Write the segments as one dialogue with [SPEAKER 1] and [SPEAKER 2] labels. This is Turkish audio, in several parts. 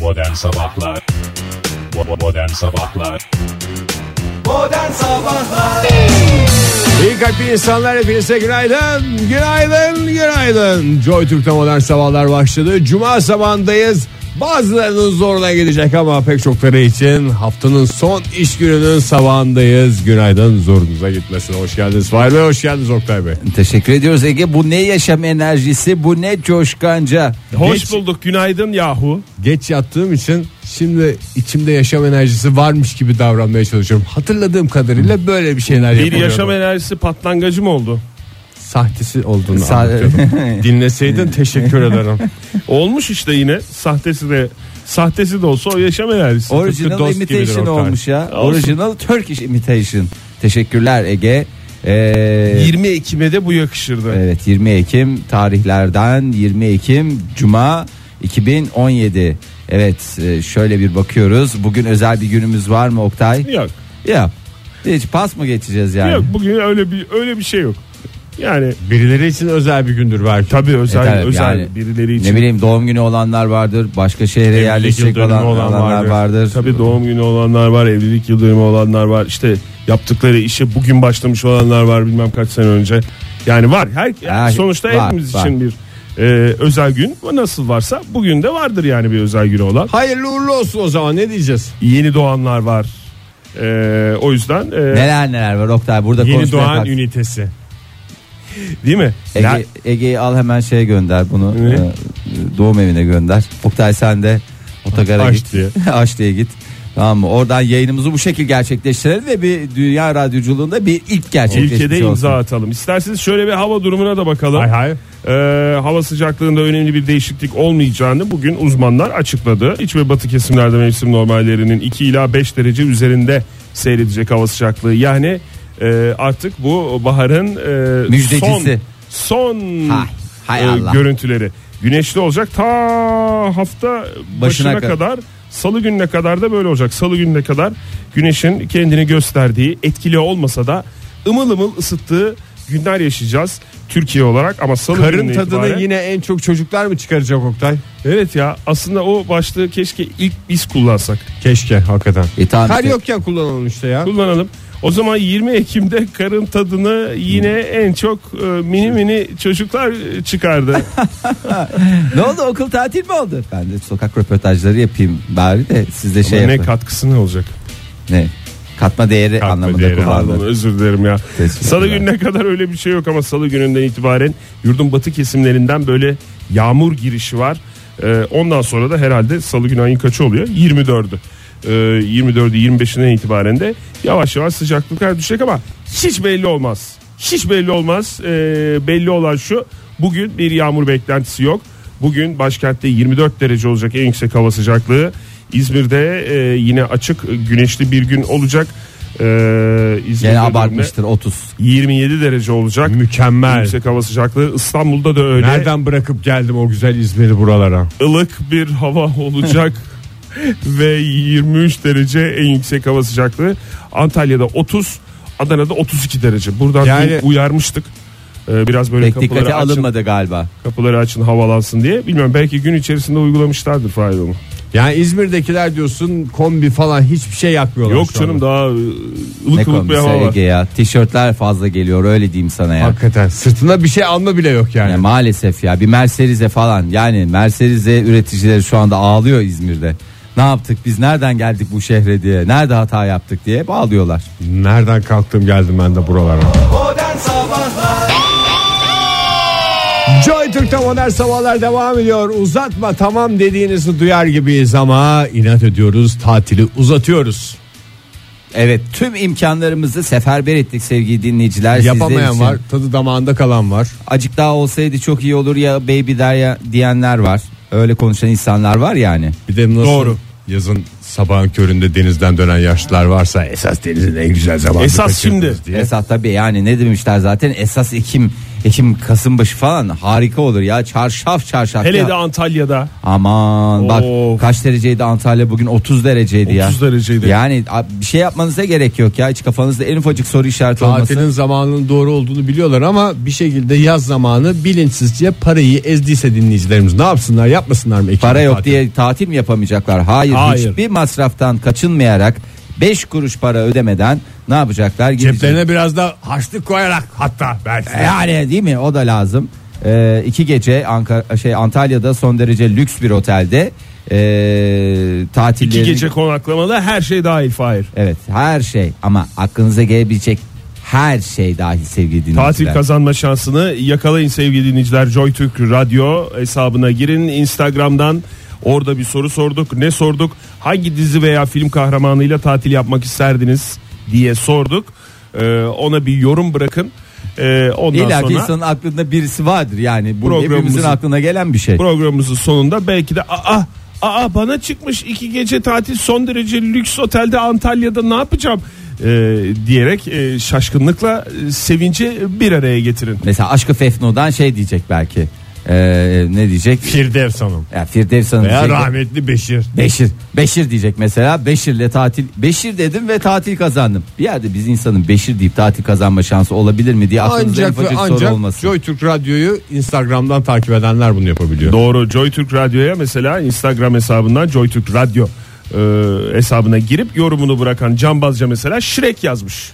[SPEAKER 1] Modern Sabahlar Bo- Modern Sabahlar
[SPEAKER 2] Modern Sabahlar
[SPEAKER 3] İyi kalpli insanlar hepinize günaydın. Günaydın, günaydın. Joy Türk'te modern sabahlar başladı. Cuma sabahındayız. Bazılarının zoruna gidecek ama pek çokları için haftanın son iş gününün sabahındayız. Günaydın zorunuza gitmesin. Hoş geldiniz Fahir Bey, hoş geldiniz Oktay Bey.
[SPEAKER 2] Teşekkür ediyoruz Ege. Bu ne yaşam enerjisi, bu ne coşkanca.
[SPEAKER 4] Hoş bulduk günaydın yahu.
[SPEAKER 3] Geç yattığım için şimdi içimde yaşam enerjisi varmış gibi davranmaya çalışıyorum. Hatırladığım kadarıyla böyle bir şeyler
[SPEAKER 4] Bir yaşam
[SPEAKER 3] yapıyorum.
[SPEAKER 4] enerjisi patlangıcı mı oldu?
[SPEAKER 3] Sahtesi olduğunu Ee.
[SPEAKER 2] Sa-
[SPEAKER 3] anlatıyordum. Dinleseydin teşekkür ederim.
[SPEAKER 4] Olmuş işte yine sahtesi de sahtesi de olsa o yaşam enerjisi.
[SPEAKER 3] Tıpkı
[SPEAKER 2] Original
[SPEAKER 3] dost gibidir
[SPEAKER 2] imitation
[SPEAKER 3] Oktay.
[SPEAKER 2] olmuş ya.
[SPEAKER 4] Olsun.
[SPEAKER 2] Original Turkish imitation. Teşekkürler Ege. Ee,
[SPEAKER 4] 20 Ekim'e de bu yakışırdı.
[SPEAKER 2] Evet 20 Ekim tarihlerden 20 Ekim Cuma 2017. Evet e, şöyle bir bakıyoruz. Bugün özel bir günümüz var mı Oktay?
[SPEAKER 4] Yok.
[SPEAKER 2] Ya. Hiç pas mı geçeceğiz yani?
[SPEAKER 4] Yok bugün öyle bir öyle bir şey yok. Yani
[SPEAKER 3] Birileri için özel bir gündür belki.
[SPEAKER 4] tabii özel
[SPEAKER 2] E, tabii
[SPEAKER 4] özel
[SPEAKER 2] yani.
[SPEAKER 4] birileri için.
[SPEAKER 2] Ne bileyim doğum günü olanlar vardır. Başka şehre
[SPEAKER 3] Evlilik
[SPEAKER 2] yerleşecek
[SPEAKER 3] yıldönümü
[SPEAKER 2] olan,
[SPEAKER 3] olan
[SPEAKER 2] olanlar vardır.
[SPEAKER 3] vardır.
[SPEAKER 4] Tabii doğum günü olanlar var, evlilik yıl dönümü olanlar var. İşte yaptıkları işe bugün başlamış olanlar var bilmem kaç sene önce. Yani var. Her
[SPEAKER 2] Ha,
[SPEAKER 4] sonuçta
[SPEAKER 2] var,
[SPEAKER 4] hepimiz
[SPEAKER 2] var.
[SPEAKER 4] için bir e, özel gün. Bu nasıl varsa bugün de vardır yani bir özel günü olan.
[SPEAKER 3] Hayırlı uğurlu olsun o zaman ne diyeceğiz?
[SPEAKER 4] Yeni doğanlar var. E, o yüzden e,
[SPEAKER 2] Neler neler var Oktay burada
[SPEAKER 3] Yeni
[SPEAKER 2] konuşmaya
[SPEAKER 3] doğan
[SPEAKER 2] kalk-
[SPEAKER 3] ünitesi.
[SPEAKER 4] değil mi? La-
[SPEAKER 2] Ege, Ege'yi al hemen şeye gönder bunu
[SPEAKER 4] Ne?
[SPEAKER 2] e, doğum evine gönder. Oktay sen de otogara
[SPEAKER 4] Aç
[SPEAKER 2] git. Aç diye git. Tamam mı? Oradan yayınımızı bu şekil gerçekleştirelim ve bir dünya radyoculuğunda bir ilk gerçekleşmiş
[SPEAKER 4] Ülkede imza
[SPEAKER 2] olsun.
[SPEAKER 4] atalım. İsterseniz şöyle bir hava durumuna da bakalım.
[SPEAKER 3] Hay hay.
[SPEAKER 4] Ee, hava sıcaklığında önemli bir değişiklik olmayacağını bugün uzmanlar açıkladı. İç ve batı kesimlerde mevsim normallerinin 2 ila 5 derece üzerinde seyredecek hava sıcaklığı. Yani e, artık bu baharın e,
[SPEAKER 2] Müjdecisi.
[SPEAKER 4] son, son
[SPEAKER 2] Hay, hay
[SPEAKER 4] e,
[SPEAKER 2] Allah.
[SPEAKER 4] görüntüleri. Güneşli olacak ta hafta başına,
[SPEAKER 2] Başına kadar.
[SPEAKER 4] kadar salı gününe kadar da böyle olacak. Salı gününe kadar güneşin kendini gösterdiği etkili olmasa da ımıl ımıl ısıttığı günler yaşayacağız Türkiye olarak ama salı
[SPEAKER 3] Karın
[SPEAKER 4] gününe
[SPEAKER 3] tadını
[SPEAKER 4] itibaren-
[SPEAKER 3] yine en çok çocuklar mı çıkaracak Oktay?
[SPEAKER 4] Evet ya aslında o başlığı keşke ilk biz kullansak.
[SPEAKER 3] Keşke hakikaten.
[SPEAKER 2] E, tamam
[SPEAKER 3] Kar
[SPEAKER 2] işte.
[SPEAKER 3] yokken kullanalım işte ya.
[SPEAKER 4] Kullanalım. O zaman 20 Ekim'de karın tadını yine en çok e, mini
[SPEAKER 3] Şey-
[SPEAKER 4] mini çocuklar e, çıkardı.
[SPEAKER 2] Ne oldu okul tatil mi oldu? Ben de sokak röportajları yapayım bari de siz de şey
[SPEAKER 4] Ama ne
[SPEAKER 2] yapın.
[SPEAKER 4] katkısı ne olacak?
[SPEAKER 2] ne? Katma değeri anlamında
[SPEAKER 4] Değeri
[SPEAKER 2] kullandım.
[SPEAKER 4] anlamında. Özür dilerim ya.
[SPEAKER 2] Teşekkürler.
[SPEAKER 4] Salı gününe kadar öyle bir şey yok ama salı gününden itibaren yurdun batı kesimlerinden böyle yağmur girişi var. Ee, ondan sonra da herhalde salı günü ayın kaçı oluyor? 24'ü. Ee, 24'ü 25'inden itibaren de yavaş yavaş sıcaklıklar düşecek ama hiç belli olmaz. Hiç belli olmaz. Ee, belli olan şu bugün bir yağmur beklentisi yok. Bugün başkentte 24 derece olacak en yüksek hava sıcaklığı. İzmir'de e, yine açık e, güneşli bir gün olacak. Ee, İzmir'de
[SPEAKER 2] Gene
[SPEAKER 4] de-
[SPEAKER 2] abartmıştır 30.
[SPEAKER 4] 27 derece olacak.
[SPEAKER 3] Mükemmel.
[SPEAKER 4] Yüksek hava sıcaklığı. İstanbul'da da öyle.
[SPEAKER 3] Nereden bırakıp geldim o güzel İzmir'i buralara?
[SPEAKER 4] ılık bir hava olacak ve 23 derece en yüksek hava sıcaklığı. Antalya'da 30, Adana'da 32 derece. Buradan
[SPEAKER 3] Yani-
[SPEAKER 4] bir uyarmıştık. Ee, biraz böyle
[SPEAKER 2] Pek dikkate
[SPEAKER 4] kapıları açın,
[SPEAKER 2] alınmadı galiba.
[SPEAKER 4] kapıları açın havalansın diye. Bilmiyorum belki gün içerisinde uygulamışlardır faydalı mı?
[SPEAKER 3] Yani İzmir'dekiler diyorsun kombi falan hiçbir şey yakmıyorlar.
[SPEAKER 4] Yok
[SPEAKER 3] şu
[SPEAKER 4] canım
[SPEAKER 3] anda.
[SPEAKER 4] daha e,
[SPEAKER 2] Ne
[SPEAKER 4] ılık ılık bir
[SPEAKER 2] kombisi
[SPEAKER 4] hava var.
[SPEAKER 2] Ege ya. Tişörtler fazla geliyor öyle diyeyim sana ya.
[SPEAKER 3] Hakikaten sırtında bir şey alma bile yok yani.
[SPEAKER 2] Yani maalesef ya bir Mercedes'e falan yani Mercedes'e üreticileri şu anda ağlıyor İzmir'de. Ne yaptık biz nereden geldik bu şehre diye nerede hata yaptık diye bağlıyorlar.
[SPEAKER 3] Nereden kalktım geldim ben de buralara.
[SPEAKER 2] Modern Sabahlar
[SPEAKER 3] Joy Türk'te modern sabahlar devam ediyor. Uzatma tamam dediğinizi duyar gibiyiz ama inat ediyoruz tatili uzatıyoruz.
[SPEAKER 2] Evet tüm imkanlarımızı seferber ettik sevgili dinleyiciler. sizler
[SPEAKER 3] Yapamayan
[SPEAKER 2] için.
[SPEAKER 3] var tadı damağında kalan var.
[SPEAKER 2] Acık daha olsaydı çok iyi olur ya baby der ya diyenler var. Öyle konuşan insanlar var yani.
[SPEAKER 3] Bir de nasıl
[SPEAKER 4] Doğru.
[SPEAKER 3] yazın sabahın köründe denizden dönen yaşlılar varsa esas denizin en güzel zamanı.
[SPEAKER 4] Esas
[SPEAKER 3] kaçırdınız
[SPEAKER 4] şimdi.
[SPEAKER 3] diye.
[SPEAKER 2] Esas tabii yani ne demişler zaten esas Ekim Ekim Kasım başı falan harika olur ya. Çarşaf çarşaf.
[SPEAKER 4] Hele
[SPEAKER 2] ya.
[SPEAKER 4] de Antalya'da.
[SPEAKER 2] Aman
[SPEAKER 4] Of.
[SPEAKER 2] bak kaç dereceydi Antalya bugün 30 dereceydi ya.
[SPEAKER 3] 30 dereceydi.
[SPEAKER 2] Yani a- bir şey yapmanıza gerek yok ya. Hiç kafanızda en ufacık soru işareti olmasın.
[SPEAKER 5] Tatilin zamanının doğru olduğunu biliyorlar ama bir şekilde yaz zamanı bilinçsizce parayı ezdiyse dinleyicilerimiz ne yapsınlar yapmasınlar mı? Ekim
[SPEAKER 2] Para yok
[SPEAKER 5] tatili?
[SPEAKER 2] diye tatil mi yapamayacaklar? Hayır,
[SPEAKER 5] Hayır.
[SPEAKER 2] hiçbir masraftan kaçınmayarak 5 kuruş para ödemeden ne yapacaklar? Gidecek.
[SPEAKER 5] Ceplerine biraz da harçlık koyarak hatta belki.
[SPEAKER 2] Yani değil mi? O da lazım. Ee, iki gece Ankara, şey Antalya'da son derece lüks bir otelde ee, tatilleri.
[SPEAKER 4] İki gece konaklamalı her şey dahil Fahir.
[SPEAKER 2] Evet her şey ama aklınıza gelebilecek her şey dahil sevgili dinleyiciler.
[SPEAKER 4] Tatil kazanma şansını yakalayın sevgili dinleyiciler. Joy Türk Radyo hesabına girin. Instagram'dan orada bir soru sorduk. Ne sorduk? Hangi dizi veya film kahramanıyla tatil yapmak isterdiniz diye sorduk. Ee, ona bir yorum bırakın. Ee, ondan
[SPEAKER 2] İlla ki
[SPEAKER 4] sonra
[SPEAKER 2] insanın aklında birisi vardır yani. Bu
[SPEAKER 4] Programımızın-
[SPEAKER 2] hepimizin aklına gelen bir şey.
[SPEAKER 4] programımızın sonunda belki de aa aa bana çıkmış iki gece tatil son derece lüks otelde Antalya'da ne yapacağım Ee, diyerek e, şaşkınlıkla e, sevinci bir araya getirin.
[SPEAKER 2] Mesela Aşkı Fefno'dan şey diyecek belki. Ee, ne diyecek?
[SPEAKER 5] Firdevs Hanım
[SPEAKER 2] Ya Firdevs Hanım
[SPEAKER 5] veya
[SPEAKER 2] diyecek.
[SPEAKER 5] rahmetli Beşir.
[SPEAKER 2] Beşir. Beşir diyecek mesela. Beşir'le tatil. Beşir dedim ve tatil kazandım. Bir yerde biz insanın Beşir deyip tatil kazanma şansı olabilir mi diye aklımızda en
[SPEAKER 5] Ancak ve
[SPEAKER 2] ufacık soru
[SPEAKER 5] ancak
[SPEAKER 2] olmasın.
[SPEAKER 5] Joy Türk Radyo'yu Instagram'dan takip edenler bunu yapabiliyor.
[SPEAKER 4] Doğru JoyTürk Radyo'ya mesela Instagram hesabından JoyTürk Radyo e, hesabına girip yorumunu bırakan Cambazca mesela Şirek yazmış.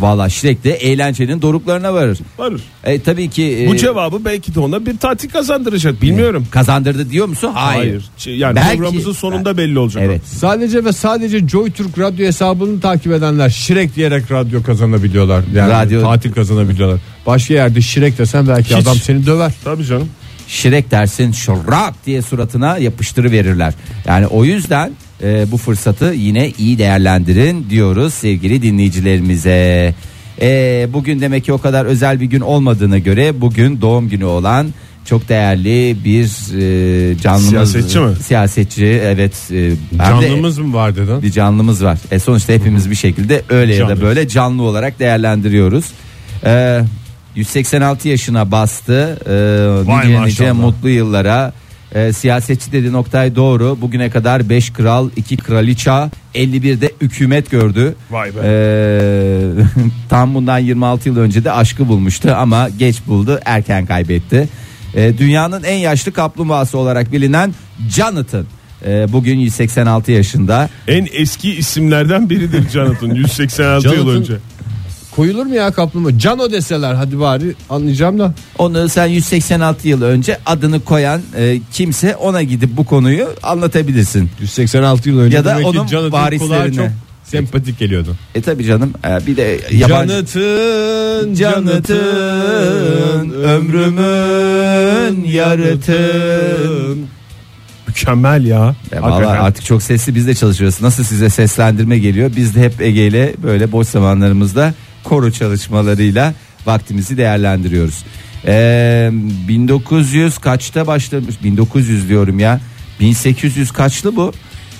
[SPEAKER 2] Valla Şirek de eğlencenin doruklarına varır.
[SPEAKER 4] Varır.
[SPEAKER 2] E, tabii ki.
[SPEAKER 4] Bu
[SPEAKER 2] e,
[SPEAKER 4] cevabı belki de ona bir tatil kazandıracak bilmiyorum.
[SPEAKER 2] Kazandırdı diyor musun? Hayır.
[SPEAKER 4] Ç- Yani
[SPEAKER 2] Belki-
[SPEAKER 4] programımızın sonunda belli olacak.
[SPEAKER 2] Evet.
[SPEAKER 5] Sadece ve sadece Joy Türk Radyo hesabını takip edenler Şirek diyerek radyo kazanabiliyorlar. Yani
[SPEAKER 2] Radyo-
[SPEAKER 5] tatil kazanabiliyorlar. Başka yerde Şirek desen belki
[SPEAKER 4] Hiç.
[SPEAKER 5] adam seni döver.
[SPEAKER 4] Tabii canım.
[SPEAKER 2] Şirek dersin şurap diye suratına yapıştırı verirler. Yani o yüzden e, bu fırsatı yine iyi değerlendirin diyoruz sevgili dinleyicilerimize. E, bugün demek ki o kadar özel bir gün olmadığına göre bugün doğum günü olan çok değerli bir e, canlımız
[SPEAKER 4] Siyasetçi mi?
[SPEAKER 2] Siyasetçi evet. e, hem de-
[SPEAKER 5] Canlımız mı var dedin?
[SPEAKER 2] bir canlımız var. E sonuçta hepimiz bir şekilde öyle ya da
[SPEAKER 5] Canlıyız.
[SPEAKER 2] böyle canlı olarak değerlendiriyoruz. Ee, 186 yaşına bastı. Ee,
[SPEAKER 4] Vay
[SPEAKER 2] nice nice
[SPEAKER 4] maşallah.
[SPEAKER 2] mutlu yıllara. Ee, siyasetçi dedi noktay doğru. Bugüne kadar 5 kral, 2 kraliça, 51'de hükümet gördü.
[SPEAKER 4] Vay be.
[SPEAKER 2] Ee, tam bundan 26 yıl önce de aşkı bulmuştu ama geç buldu, erken kaybetti. Ee, dünyanın en yaşlı kaplumbağası olarak bilinen Jonathan ee, bugün 186 yaşında.
[SPEAKER 4] En eski isimlerden biridir Jonathan 186 yıl
[SPEAKER 5] Jonathan-
[SPEAKER 4] önce.
[SPEAKER 5] Koyulur mu ya kaplumbağa? Cano deseler hadi bari anlayacağım da.
[SPEAKER 2] Onu sen 186 yıl önce adını koyan e, kimse ona gidip bu konuyu anlatabilirsin.
[SPEAKER 5] 186 yıl önce
[SPEAKER 2] Ya da
[SPEAKER 5] demek
[SPEAKER 2] onun
[SPEAKER 5] ki Jonathan
[SPEAKER 2] varislerine.
[SPEAKER 5] kulağa çok sempatik geliyordu.
[SPEAKER 2] E tabi canım e, bir de yabancı
[SPEAKER 5] Canıtın,
[SPEAKER 2] Canıtın ömrümün yarıtın.
[SPEAKER 4] Mükemmel ya.
[SPEAKER 2] Ya E, vallahi
[SPEAKER 4] Hakikaten.
[SPEAKER 2] artık çok sesli biz de çalışıyoruz. Nasıl size seslendirme geliyor? Biz de hep Ege ile böyle boş zamanlarımızda koro çalışmalarıyla vaktimizi değerlendiriyoruz. Ee, 1900 kaçta başlamış? 1900 diyorum ya. 1800 kaçlı bu?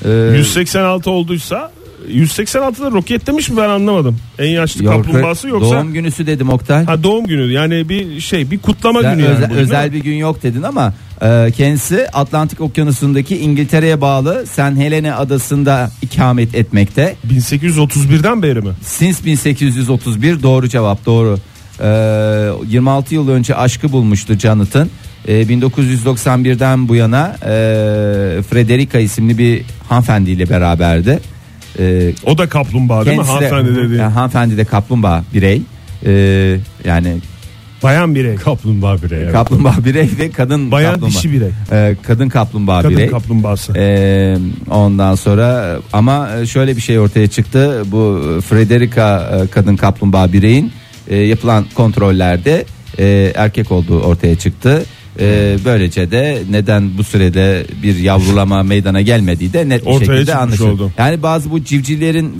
[SPEAKER 2] Ee,
[SPEAKER 4] 186 olduysa 186'da roketlemiş mi ben anlamadım. En yaşlı
[SPEAKER 2] Yok, e,
[SPEAKER 4] kaplumbağası yoksa
[SPEAKER 2] Doğum günüsü dedim Oktay.
[SPEAKER 4] ha doğum günü yani bir şey bir kutlama
[SPEAKER 2] Ya
[SPEAKER 4] günü yani
[SPEAKER 2] özel,
[SPEAKER 4] bugün, değil mi?
[SPEAKER 2] özel bir gün yok dedin ama e, kendisi Atlantik Okyanusu'ndaki İngiltere'ye bağlı St. Helena adasında ikamet etmekte.
[SPEAKER 4] 1831'den beri mi?
[SPEAKER 2] Since 1831 doğru cevap doğru. Ee, 26 yıl önce aşkı bulmuştu Jonathan. Ee, 1991'den bu yana e, Frederica isimli bir hanımefendiyle beraberdi. Ee,
[SPEAKER 4] O da kaplumbağa değil mi?
[SPEAKER 2] kendisi de,
[SPEAKER 4] Hanımefendi dedi.
[SPEAKER 2] Yani hanımefendi de kaplumbağa birey. Ee, yani
[SPEAKER 4] Bayan birey.
[SPEAKER 5] Kaplumbağa birey. evet.
[SPEAKER 2] kaplumbağa birey ve kadın
[SPEAKER 4] Bayan
[SPEAKER 2] kaplumbağa.
[SPEAKER 4] dişi birey.
[SPEAKER 2] Ee, kadın kaplumbağa
[SPEAKER 4] Kadın
[SPEAKER 2] birey.
[SPEAKER 4] kaplumbağası.
[SPEAKER 2] Ee, ondan sonra ama şöyle bir şey ortaya çıktı. Bu Frederica e, kadın kaplumbağa bireyin e, yapılan kontrollerde e, erkek olduğu ortaya çıktı. E, böylece de neden bu sürede bir yavrulama meydana gelmediği de net bir
[SPEAKER 4] Ortaya
[SPEAKER 2] şekilde
[SPEAKER 4] çıkmış
[SPEAKER 2] anlaşıldı.
[SPEAKER 4] oldu.
[SPEAKER 2] Yani bazı bu civcivlerin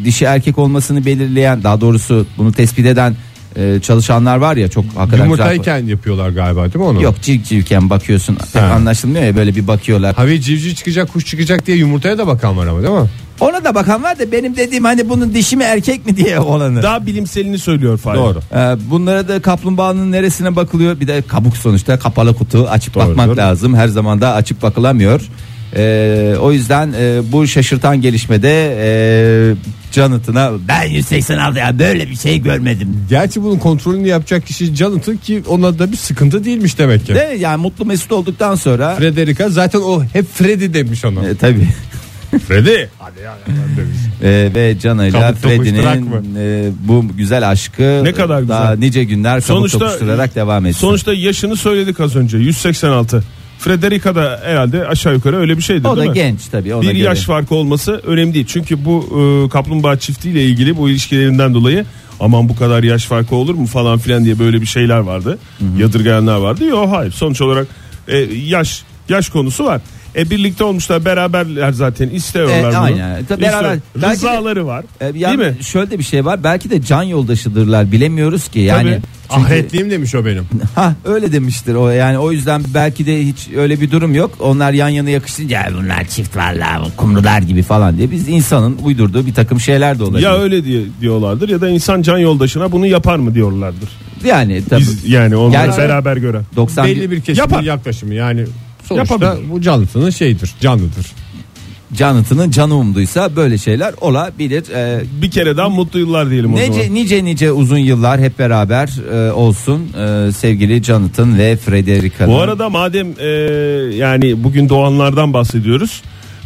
[SPEAKER 2] e, dişi erkek olmasını belirleyen daha doğrusu bunu tespit eden e, çalışanlar var ya çok hakikaten güzel-
[SPEAKER 5] Yumurtayken yapıyorlar galiba değil mi onu?
[SPEAKER 2] Yok civcivken bakıyorsun pek
[SPEAKER 5] Ha.
[SPEAKER 2] anlaşılmıyor ya böyle bir bakıyorlar.
[SPEAKER 5] Havi civciv çıkacak kuş çıkacak diye yumurtaya da bakan var ama değil mi?
[SPEAKER 2] Ona da bakan var da benim dediğim hani bunun dişi mi erkek mi diye olanı.
[SPEAKER 4] Daha bilimselini söylüyor Fahir.
[SPEAKER 5] Doğru.
[SPEAKER 2] Ee, Bunlara da kaplumbağanın neresine bakılıyor? Bir de kabuk sonuçta kapalı kutu açıp bakmak
[SPEAKER 4] doğru.
[SPEAKER 2] lazım. Her zaman da açıp bakılamıyor. Ee, o yüzden e, bu şaşırtan gelişmede e, Jonathan'a ben 186 ya böyle bir şey görmedim.
[SPEAKER 5] Gerçi bunun kontrolünü yapacak kişi Jonathan ki ona da bir sıkıntı değilmiş demek ki.
[SPEAKER 2] De yani mutlu mesut olduktan sonra
[SPEAKER 5] Frederica zaten o hep Freddy demiş ona.
[SPEAKER 2] e, tabii
[SPEAKER 5] Freddy.
[SPEAKER 2] E, ve Cana ile
[SPEAKER 4] Kabuk tokuşturak
[SPEAKER 2] Freddy'nin e, bu güzel aşkı
[SPEAKER 4] Ne kadar güzel.
[SPEAKER 2] daha nice günler kabuk tokuşturarak devam etsin.
[SPEAKER 4] Sonuçta yaşını söyledik az önce 186. Frederica da herhalde aşağı yukarı öyle bir şeydi
[SPEAKER 2] o da
[SPEAKER 4] değil mi?
[SPEAKER 2] genç tabii ona
[SPEAKER 4] bir
[SPEAKER 2] göre.
[SPEAKER 4] yaş farkı olması önemli değil. Çünkü bu e, kaplumbağa çiftiyle ilgili bu ilişkilerinden dolayı aman bu kadar yaş farkı olur mu falan filan diye böyle bir şeyler vardı. Yadırgayanlar vardı. Yok hayır. Sonuç olarak e, yaş yaş konusu var. E birlikte olmuşlar beraberler zaten istiyorlar
[SPEAKER 2] E,
[SPEAKER 4] bunu.
[SPEAKER 2] aynen. Tabii beraber-
[SPEAKER 4] İstiyor-
[SPEAKER 2] Belki de-
[SPEAKER 4] Rızaları var.
[SPEAKER 2] E,
[SPEAKER 4] değil
[SPEAKER 2] yani
[SPEAKER 4] mi?
[SPEAKER 2] Şöyle de bir şey var. Belki de can yoldaşıdırlar. Bilemiyoruz ki. Yani
[SPEAKER 5] Çünkü- Ahretliyim Ah, demiş o benim.
[SPEAKER 2] ha öyle demiştir o. Yani o yüzden belki de hiç öyle bir durum yok. Onlar yan yana yakışınca "Ya bunlar çift valla kumrular gibi falan diye biz insanın uydurduğu bir takım şeyler de olabilir.
[SPEAKER 4] Ya öyle diye diyorlardır ya da insan can yoldaşına bunu yapar mı diyorlarlardır.
[SPEAKER 2] yani tabii.
[SPEAKER 4] Biz yani onları
[SPEAKER 2] Gerçi-
[SPEAKER 4] beraber gören.
[SPEAKER 2] 90
[SPEAKER 5] Belli bir kesimin
[SPEAKER 4] Yapar.
[SPEAKER 5] yaklaşımı yani sonuçta
[SPEAKER 4] Yapabilir.
[SPEAKER 5] bu Jonathan'ın şeyidir canlıdır.
[SPEAKER 2] Jonathan'ın canı umduysa böyle şeyler olabilir. Ee,
[SPEAKER 4] Bir kere daha mutlu yıllar diyelim o zaman.
[SPEAKER 2] Nece, nice nice uzun yıllar hep beraber e, olsun e, sevgili Jonathan ve Frederica.
[SPEAKER 4] Bu arada madem e, yani bugün doğanlardan bahsediyoruz.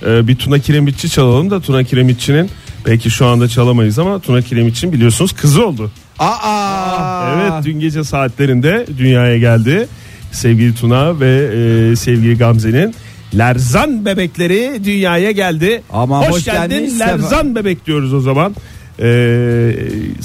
[SPEAKER 4] e, bir Tuna Kiremitçi çalalım da Tuna Kiremitçi'nin belki şu anda çalamayız ama Tuna Kiremitçi'nin biliyorsunuz kızı oldu.
[SPEAKER 2] Aa!
[SPEAKER 4] Evet dün gece saatlerinde dünyaya geldi. Sevgili Tuna ve e, sevgili Gamze'nin Lerzan bebekleri dünyaya geldi.
[SPEAKER 2] Aman
[SPEAKER 4] hoş,
[SPEAKER 2] hoş
[SPEAKER 4] geldin,
[SPEAKER 2] gelmiş, sefa-
[SPEAKER 4] Lerzan bebek diyoruz o zaman. E,